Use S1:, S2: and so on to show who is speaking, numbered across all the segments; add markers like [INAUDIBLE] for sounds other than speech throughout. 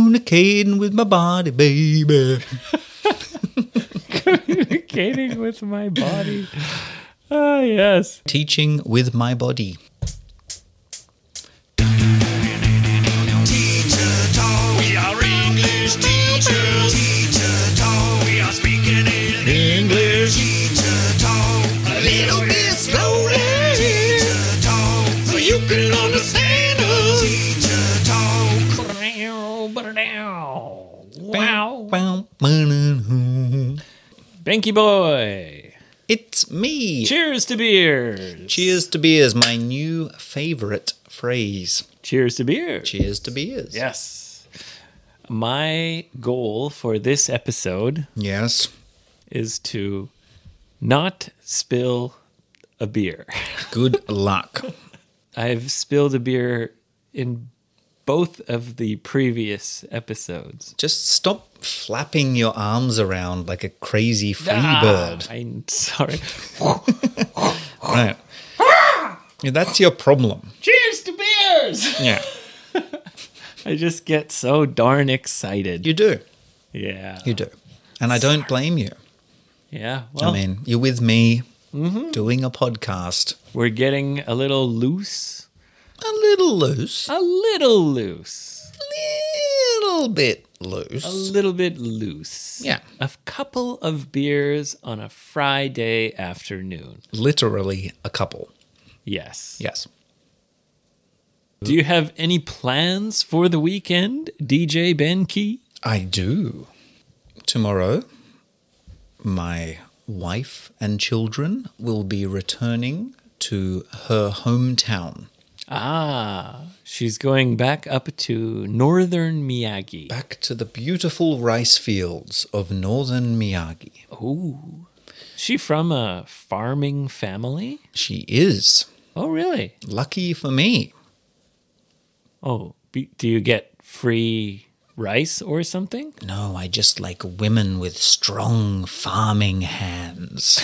S1: Communicating with my body, baby.
S2: Communicating with my body. Ah, yes.
S1: Teaching with my body.
S3: Teacher talk. We are English teachers. Teacher talk. We are speaking in English. Teacher talk. A little bit slowly. Teacher talk. So you can understand us. Teacher talk.
S2: Wow.
S1: It's
S2: Banky boy.
S1: me.
S2: Cheers to beers.
S1: Cheers to beers, my new favorite phrase.
S2: Cheers to beers.
S1: Cheers to beers.
S2: Yes. My goal for this episode
S1: Yes.
S2: is to not spill a beer.
S1: Good luck.
S2: I've spilled a beer in both of the previous episodes.
S1: Just stop flapping your arms around like a crazy free bird.
S2: Ah, I'm sorry.
S1: Right. Yeah, that's your problem.
S2: Cheers to beers!
S1: Yeah.
S2: I just get so darn excited.
S1: You do.
S2: yeah.
S1: You do. And I don't blame you.
S2: yeah. Well,
S1: I mean, you're with me doing a podcast.
S2: we're getting a little loose.
S1: A little loose.
S2: A little loose.
S1: A little bit loose.
S2: A little bit loose.
S1: Yeah.
S2: A couple of beers on a Friday afternoon.
S1: Literally a couple.
S2: Yes.
S1: Yes.
S2: Do you have any plans for the weekend, DJ Benke?
S1: I do. Tomorrow, my wife and children will be returning to her hometown,
S2: Ah, she's going back up to northern Miyagi.
S1: back to the beautiful rice fields of northern Miyagi.
S2: Ooh. She from a farming family?
S1: She is
S2: Oh, really?
S1: lucky for me.
S2: Oh, be, do you get free rice or something?
S1: No, I just like women with strong farming
S2: [LAUGHS]
S1: hands.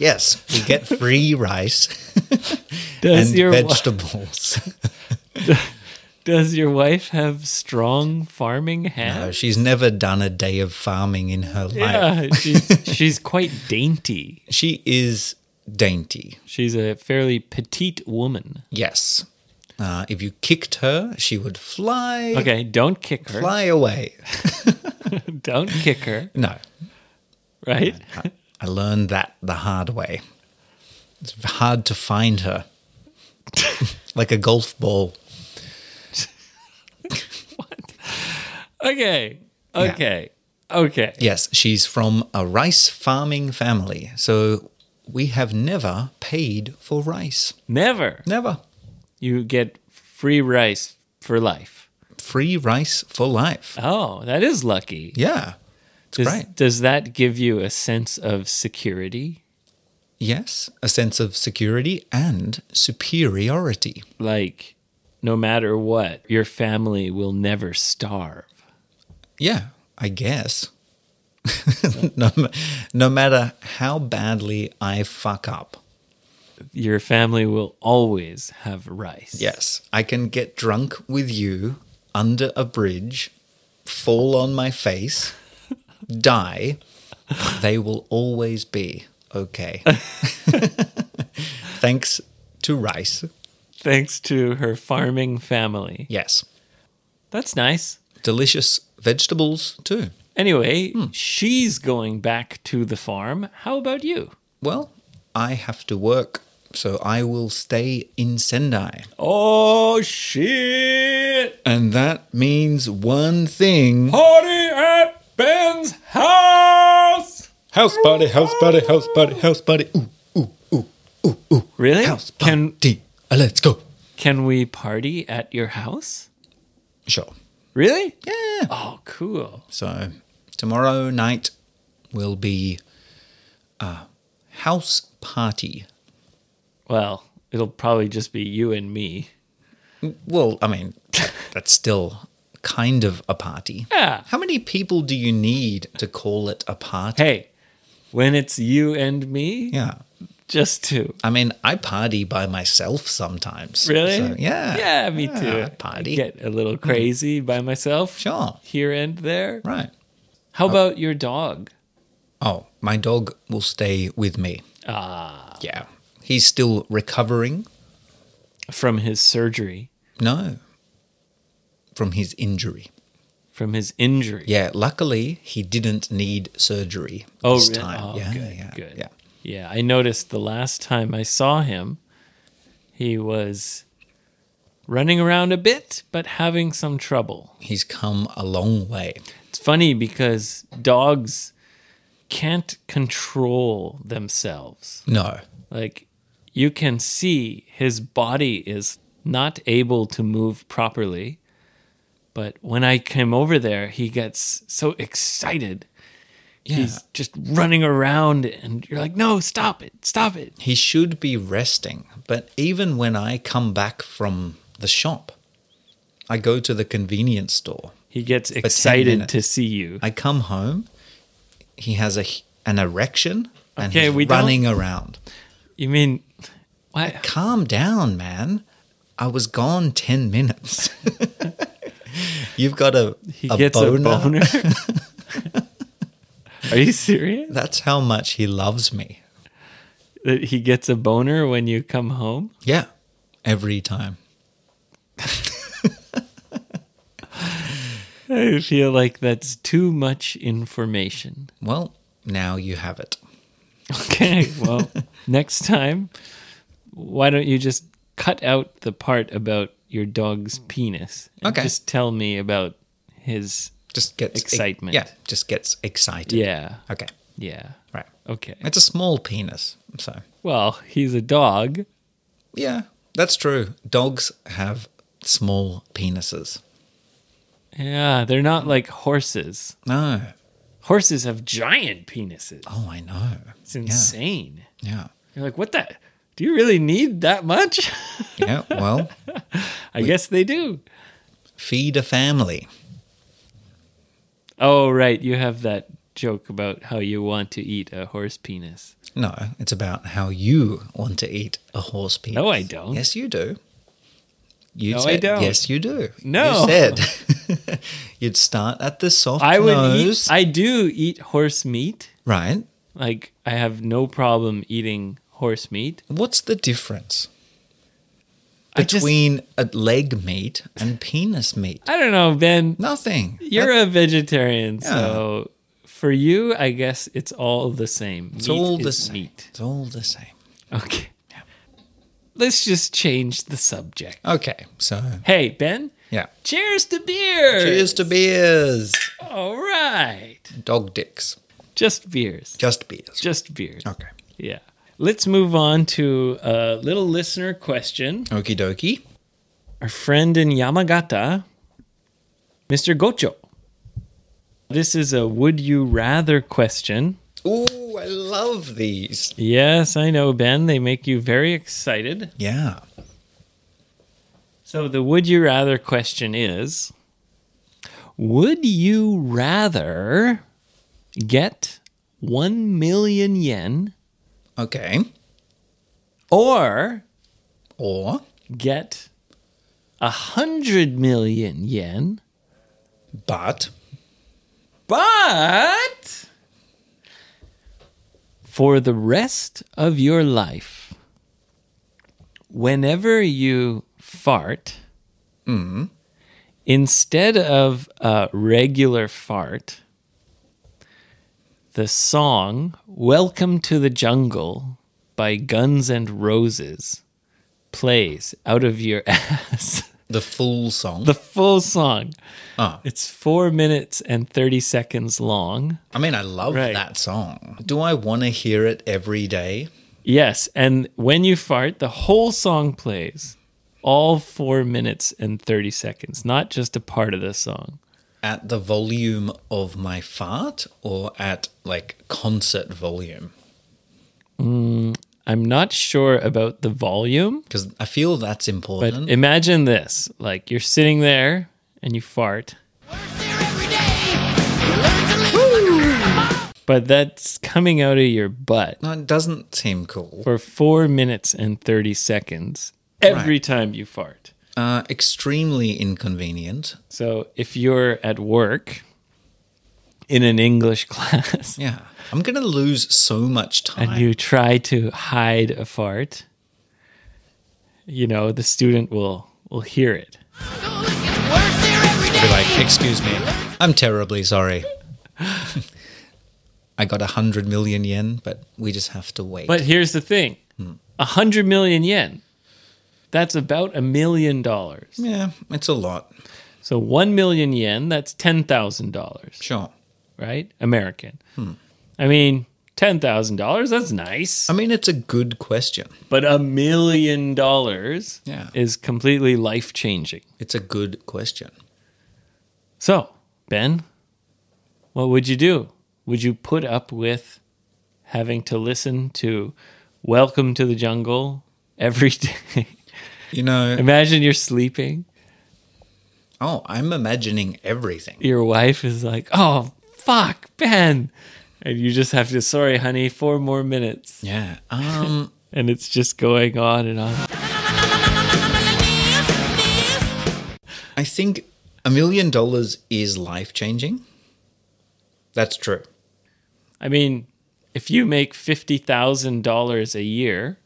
S1: yes, we get free rice
S2: Does
S1: and
S2: your wi-
S1: vegetables.
S2: does your wife have strong farming
S1: No,
S2: hands?
S1: she's never done a day of farming in her life.
S2: yeah, she's, [LAUGHS] she's quite dainty.
S1: She is dainty.
S2: She's a fairly petite woman.
S1: Yes. Uh, if you kicked her, she would fly,
S2: Okay, don't kick her.
S1: fly away.
S2: Don't kick her,
S1: No,
S2: right?
S1: I learned that the hard way. It's hard to find her, [LAUGHS] like a golf ball.
S2: Okay. Okay. Okay.
S1: Yes, she's from a rice farming family, so we have never paid for rice.
S2: Never.
S1: Never.
S2: You get free rice for life.
S1: Free rice for life.
S2: Oh, that is lucky.
S1: Yeah. It's
S2: Does,
S1: great.
S2: does that give you a sense of security?
S1: Yes, a sense of security and superiority.
S2: Like, no matter what, your family will never starve.
S1: Yeah, I guess. [LAUGHS] no, ma- no matter how badly I fuck up,
S2: Your family will always have rice.
S1: yes, I can get drunk with you under a bridge, fall on my [LAUGHS] face, die. They will always be [LAUGHS] okay. Thanks to rice.
S2: Thanks to her farming family.
S1: Yes.
S2: That's nice.
S1: Delicious vegetables, too.
S2: Anyway, she's going back to the farm. How about you?
S1: Well, I have to work, so I will stay in Sendai.
S2: Oh, shit!
S1: And that means one thing.
S2: Party at Ben's house!
S1: House party, house party, house party, house party. Ooh,
S2: Really?
S1: house
S2: Can,
S1: party. Uh, let's go.
S2: can we party at your house?
S1: Sure.
S2: Really?
S1: Yeah.
S2: Oh, cool.
S1: So tomorrow night will be a house party.
S2: Well, it'll probably just be you and me.
S1: Well, I mean, [LAUGHS] that's still kind of a party.
S2: Yeah.
S1: How many people do you need to call it a party?
S2: Hey, when it's you and me,
S1: Yeah.
S2: Just two.
S1: I mean, I party by myself sometimes.
S2: Really?
S1: So, yeah.
S2: Yeah, me
S1: Yeah,
S2: too.
S1: I party. Mm.
S2: I get a little crazy by myself.
S1: Sure. Oh.
S2: Here and there.
S1: Right.
S2: How about your dog?
S1: Oh, my dog will stay with me.
S2: Ah,
S1: Yeah. He's still recovering.
S2: from his surgery,
S1: No. From his injury.
S2: from his injury.
S1: Yeah, luckily he didn't need surgery
S2: Oh,
S1: this
S2: really?
S1: time.
S2: Oh,
S1: yeah,
S2: good,
S1: yeah,
S2: good.
S1: yeah.
S2: Yeah, I noticed the last time I saw him, he was running around a bit, but having some trouble.
S1: He's come a long way.
S2: It's funny because dogs can't control themselves.
S1: No.
S2: Like, you can see his body is not able to move properly. But when I came over there, he gets so excited.
S1: Yeah.
S2: He's just running around, and you're like, no, stop it, stop it.
S1: he should be resting, but even when I come back from the shop, I go to the convenience store.
S2: He gets excited
S1: minutes.
S2: to see you.
S1: I come home, he has a an erection and
S2: Okay,
S1: he's
S2: we don't-
S1: running around.
S2: You mean, why?
S1: Calm down, man. I was gone 10 minutes. [LAUGHS] You've got a,
S2: He
S1: a
S2: gets
S1: boner.
S2: a boner?
S1: [LAUGHS]
S2: [LAUGHS] Are you serious?
S1: That's how much he loves me.
S2: That he gets a boner when you come home?
S1: Yeah. Every time.
S2: I feel like that's too much information.
S1: Well, now you have it. [LAUGHS]
S2: Okay, well, next time, why don't you just cut out the part about your dog's penis? and
S1: Okay.
S2: Just tell me about his.
S1: Just gets
S2: Excitement.
S1: yeah, just gets excited.
S2: Yeah,
S1: Okay.
S2: yeah.
S1: Right.
S2: Okay.
S1: It's a small penis. So,
S2: Well, he's a dog.
S1: yeah, that's true. Dogs have small penises.
S2: Yeah, they're not like horses.
S1: No.
S2: Horses have giant penises.
S1: Oh, I know.
S2: It's insane.
S1: Yeah.
S2: You're like, what the? Do you really need that much? [LAUGHS]
S1: Yeah. Well, [LAUGHS]
S2: I guess they do.
S1: feed a family.
S2: Oh, right. You have that joke about how you want to eat a horse penis.
S1: No, it's about how you want to eat a horse penis.
S2: No, I don't.
S1: Yes, you do. You
S2: No, I
S1: said,
S2: don't.
S1: Yes, you do.
S2: No.
S1: You said [LAUGHS] you'd start at the soft
S2: I would
S1: nose.
S2: eat. I do eat horse meat.
S1: right.
S2: Like, I have no problem eating horse meat.
S1: What's the difference
S2: I just-
S1: between a leg meat and penis meat?
S2: I don't know, Ben.
S1: Nothing.
S2: You're
S1: That-
S2: a vegetarian, so for you, I guess it's all the same.
S1: it's all
S2: Meat
S1: the
S2: is
S1: same.
S2: meat.
S1: It's all the same.
S2: Okay. Let's just change the subject.
S1: Okay, so
S2: Hey, Ben.
S1: yeah.
S2: Cheers to beer.
S1: Cheers to beers.
S2: All right.
S1: Dog dicks.
S2: Just beers.
S1: Just beers.
S2: Just beers.
S1: Okay.
S2: Yeah. Let's move on to a little listener question.
S1: Okie dokie.
S2: Our friend in Yamagata, Mr. Gocho. This is a would you rather question.
S1: Ooh, I love these.
S2: Yes, I know, Ben. They make you very excited.
S1: Yeah.
S2: So, the would you rather question is Would you rather get 1 million yen
S1: Okay.
S2: or
S1: Or
S2: get a 100 million yen,
S1: but
S2: but for the rest of your life, whenever you fart, instead of a regular fart, the song Welcome to the Jungle by Guns and Roses plays out of your [LAUGHS] ass.
S1: the full song.
S2: the full song.
S1: oh,
S2: It's four minutes and 30 seconds long.
S1: I mean, I love
S2: Right.
S1: that song. Do I want to hear it every day?
S2: Yes. And when you fart, the whole song plays all four minutes and 30 seconds, not just a part of the song.
S1: At the volume of my fart or at like concert volume?
S2: I'm not sure about the volume,
S1: Because I feel that's
S2: but
S1: important.
S2: imagine this like you're sitting there and you fart. but that's coming out of your butt
S1: No, it doesn't seem cool.
S2: for four minutes and 30 seconds every time you fart.
S1: Uh, extremely inconvenient.
S2: So if you're at work in an English [LAUGHS] class
S1: Yeah. I'm going to lose so much time.
S2: and you try to hide a fart, you know, the student will will hear it.
S1: Be like, excuse me, I'm terribly sorry. [LAUGHS] I got a hundred million yen, but we just have to wait.
S2: But here's the thing. A hundred million yen. That's about a million dollars.
S1: yeah, it's a lot.
S2: So one million yen, that's ten thousand dollars.
S1: Sure.
S2: right? American. I mean, ten thousand dollars. That's nice,
S1: I mean, it's a good question.
S2: but a million dollars
S1: Yeah.
S2: is completely life changing.
S1: It's a good question.
S2: So, Ben, what would you do? Would you put up with having to listen to "Welcome to the Jungle" every [LAUGHS] day?
S1: You know,
S2: Imagine you're sleeping.
S1: oh, I'm imagining everything.
S2: Your wife is like, "Oh, fuck, Ben," and you just have to, "Sorry, honey, four more minutes,"
S1: Yeah. Um, [LAUGHS]
S2: and it's just going on and on.
S1: I think a million dollars is life changing. That's true.
S2: I mean, if you make fifty thousand dollars a year,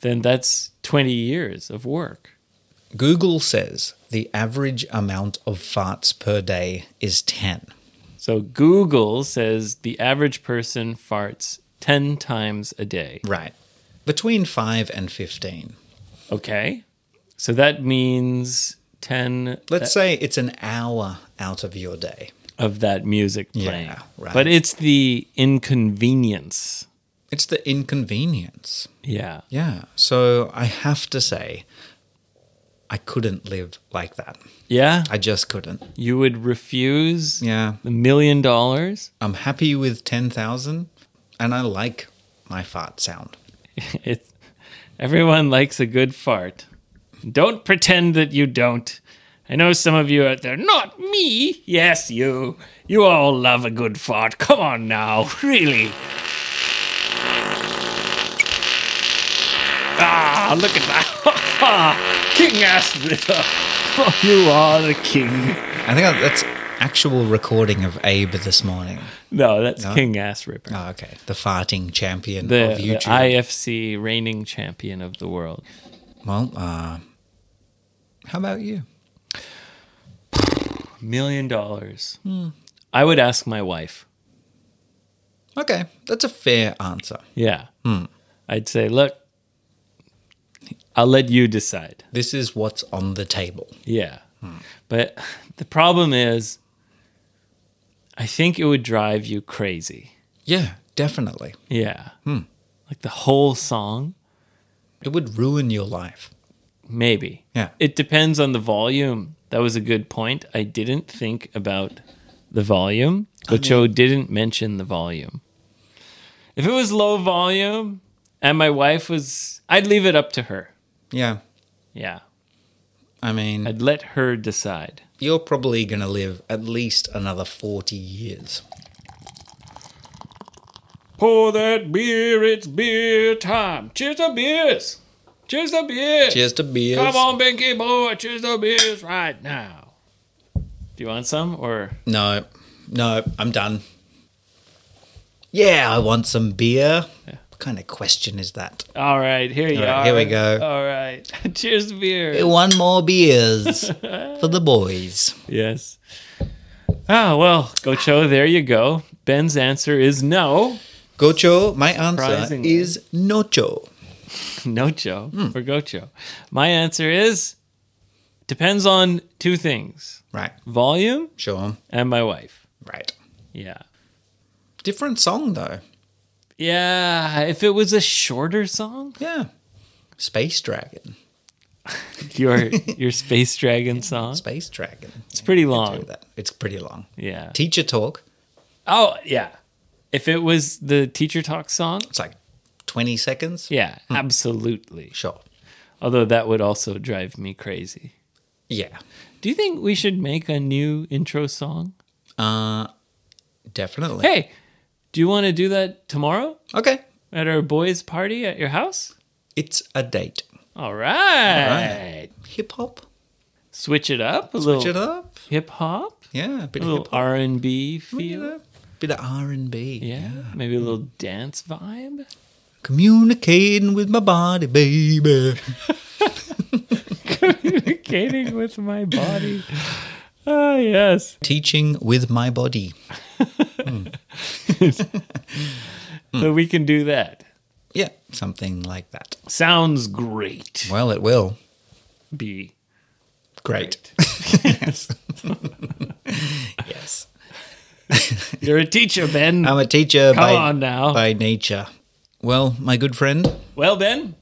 S2: then that's twenty years of work.
S1: Google says the average amount of farts per day is 10.
S2: So Google says the average person farts ten times a day.
S1: Right. Between 5 and 15.
S2: Okay, so that means ten
S1: Let's say it's an hour out of your day.
S2: of that music
S1: Yeah,
S2: playing.
S1: right.
S2: But it's the inconvenience.
S1: It's the inconvenience.
S2: Yeah.
S1: Yeah. So I have to say, I couldn't live like that.
S2: Yeah.
S1: I just couldn't.
S2: You would refuse
S1: Yeah.
S2: the million dollars.
S1: I'm happy with 10,000 and I like my fart sound.
S2: It's everyone likes a good fart. Don't pretend that you don't. I know some of you out there, not me. Yes, you. You all love a good fart. Come on now, [LAUGHS] really. Ah, look at that. [LAUGHS] king ass litter. [LAUGHS] you are the king.
S1: I think that's actual recording of Abe this morning.
S2: No, that's king ass ripper.
S1: Oh, okay. The farting champion
S2: The,
S1: of
S2: the
S1: YouTube.
S2: IFC reigning champion of the world.
S1: well, uh, how about you?
S2: Million dollars. I would ask my wife.
S1: Okay, that's a fair answer.
S2: Yeah. I'd say, look, I'll let you decide.
S1: This is what's on the table.
S2: Yeah. But the problem is, I think it would drive you crazy.
S1: Yeah, definitely.
S2: Yeah. Like the whole song,
S1: It would ruin your life.
S2: maybe.
S1: Yeah.
S2: It depends on the volume. That was a good point. I didn't think about the volume, but Joe didn't mention the volume. If it was low volume and my wife was, I'd leave it up to her.
S1: Yeah.
S2: Yeah.
S1: I mean,
S2: I'd let her decide.
S1: you're probably going to live at least another 40 years.
S2: Pour that beer, it's beer time. Cheers to beers. Cheers to beers.
S1: Cheers to beers.
S2: Come on, Binky boy, cheers to beers right now. Do you want some or
S1: No, no, I'm done. Yeah, I want some beer. What kind of question is that?
S2: all right, here you
S1: All right,
S2: are.
S1: here we go.
S2: All right. [LAUGHS] cheers to beer.
S1: One more
S2: [LAUGHS]
S1: beers for the boys.
S2: Yes. Ah, well, Gocho, there you go. Ben's answer is no.
S1: Gocho, my answer
S2: Surprisingly.
S1: is nocho.
S2: No Joe for Gocho. My answer is depends on two things.
S1: Right,
S2: Volume
S1: sure,
S2: and my wife.
S1: right.
S2: Yeah.
S1: Different song though.
S2: Yeah, if it was a shorter song,
S1: Yeah. Space Dragon.
S2: [LAUGHS] your your Space Dragon song,
S1: Space Dragon.
S2: it's pretty
S1: Tell you
S2: long.
S1: that. It's pretty long.
S2: Yeah.
S1: Teacher talk,
S2: Oh yeah. If it was the teacher talk song,
S1: it's like 20 seconds.
S2: yeah, absolutely.
S1: Sure.
S2: Although that would also drive me crazy.
S1: Yeah.
S2: Do you think we should make a new intro song?
S1: Uh, Definitely.
S2: Hey, do you want to do that tomorrow
S1: Okay.
S2: at our boys' party at your house?
S1: It's a date.
S2: All right.
S1: Hip hop.
S2: Switch it up a
S1: Switch it
S2: little.
S1: up.
S2: Hip hop,
S1: Yeah. A bit
S2: a
S1: of
S2: little
S1: hip hop.
S2: R and B feel.
S1: Yeah. Bit of R and B.
S2: Yeah, maybe a little dance [LAUGHS] vibe.
S1: Communicating with my body, baby.
S2: Communicating with my [LAUGHS] body. Oh yes.
S1: Teaching with my body.
S2: So we can do that.
S1: Yeah. Something like that.
S2: Sounds great.
S1: Well, it will.
S2: B.
S1: Great. yes. [LAUGHS] yes.
S2: You're a teacher, Ben.
S1: I'm a teacher
S2: Come
S1: by,
S2: on now.
S1: by nature. Well, my good friend,
S2: Well, Ben,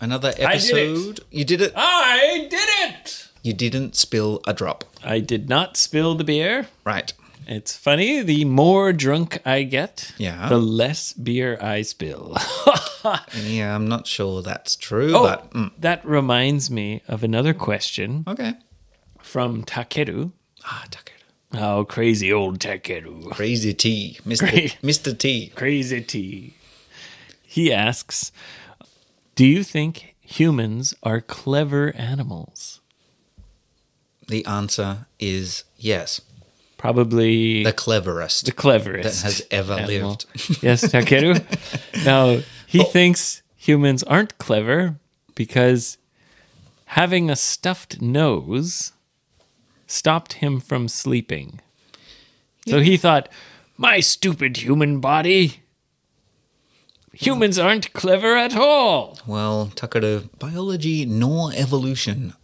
S1: another episode.
S2: I did it.
S1: You did it.
S2: I did it.
S1: You didn't spill a drop.
S2: I did not spill the beer.
S1: Right.
S2: It's funny. The more drunk I get,
S1: Yeah.
S2: the less beer I spill. [LAUGHS]
S1: Yeah, I'm not sure that's true,
S2: Oh,
S1: but mm,
S2: that reminds me of another question
S1: okay.
S2: from Takeru.
S1: Ah, Takeru.
S2: Oh, crazy old Takeru.
S1: Crazy T, Mr.
S2: Great.
S1: Mr. T.
S2: Crazy T. He asks, "Do you think humans are clever animals?"
S1: The answer is yes.
S2: Probably
S1: The cleverest
S2: the cleverest
S1: that has ever
S2: animal.
S1: lived.
S2: yes, Takeru.
S1: Oh.
S2: now, he thinks humans aren't clever because having a stuffed nose stopped him from sleeping. So he thought, my stupid human body. Humans aren't clever at all.
S1: [LAUGHS] Well, Takeru, biology nor evolution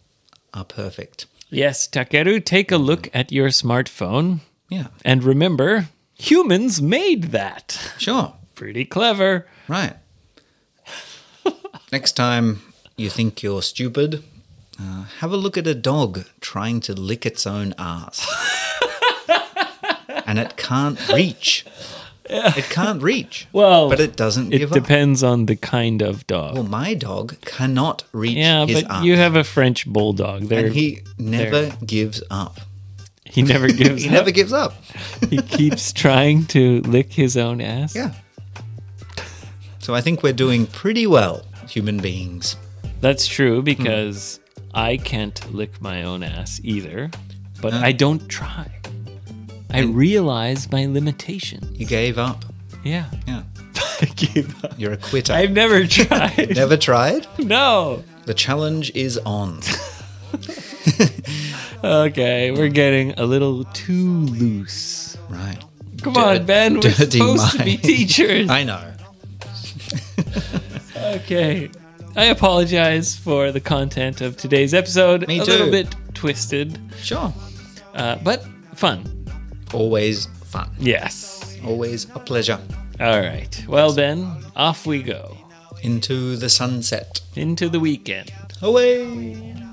S1: are perfect.
S2: Yes, Takeru, take a look at your smartphone
S1: Yeah,
S2: and remember, humans made that.
S1: sure.
S2: Pretty clever.
S1: Right. Next time you think you're stupid, uh, have a look at a dog trying to lick its own ass. and it can't reach. It can't reach.
S2: Well,
S1: but it doesn't
S2: It
S1: give up.
S2: depends on the kind of dog.
S1: Well, my dog cannot reach
S2: yeah,
S1: his
S2: but
S1: ass.
S2: you have a French bulldog. There,
S1: and
S2: he,
S1: he never gives up.
S2: never
S1: [LAUGHS]
S2: gives
S1: He
S2: up.
S1: never gives up.
S2: he
S1: [LAUGHS]
S2: keeps trying to lick his own ass.
S1: Yeah. So I think we're doing pretty well, human beings.
S2: That's true
S1: Hmm.
S2: because I can't lick my own ass either, but
S1: Uh.
S2: I don't try. I realize my limitation.
S1: You gave up. [LAUGHS]
S2: Yeah.
S1: Yeah.
S2: I give up.
S1: You're a quitter.
S2: I've never tried. [LAUGHS]
S1: never tried.
S2: no.
S1: The challenge is on.
S2: Okay, we're getting a little too loose.
S1: right.
S2: Come
S1: Dir-
S2: on, Ben. We're
S1: dirty
S2: supposed to be
S1: mind. [LAUGHS]
S2: teachers.
S1: I know.
S2: Okay. I apologize for the content of today's episode.
S1: Me
S2: a little
S1: too.
S2: bit twisted,
S1: Sure.
S2: uh, but fun.
S1: Always fun.
S2: Yes.
S1: Always a pleasure.
S2: All right. Well, then, off we go
S1: Into the sunset.
S2: into the weekend.
S1: Away.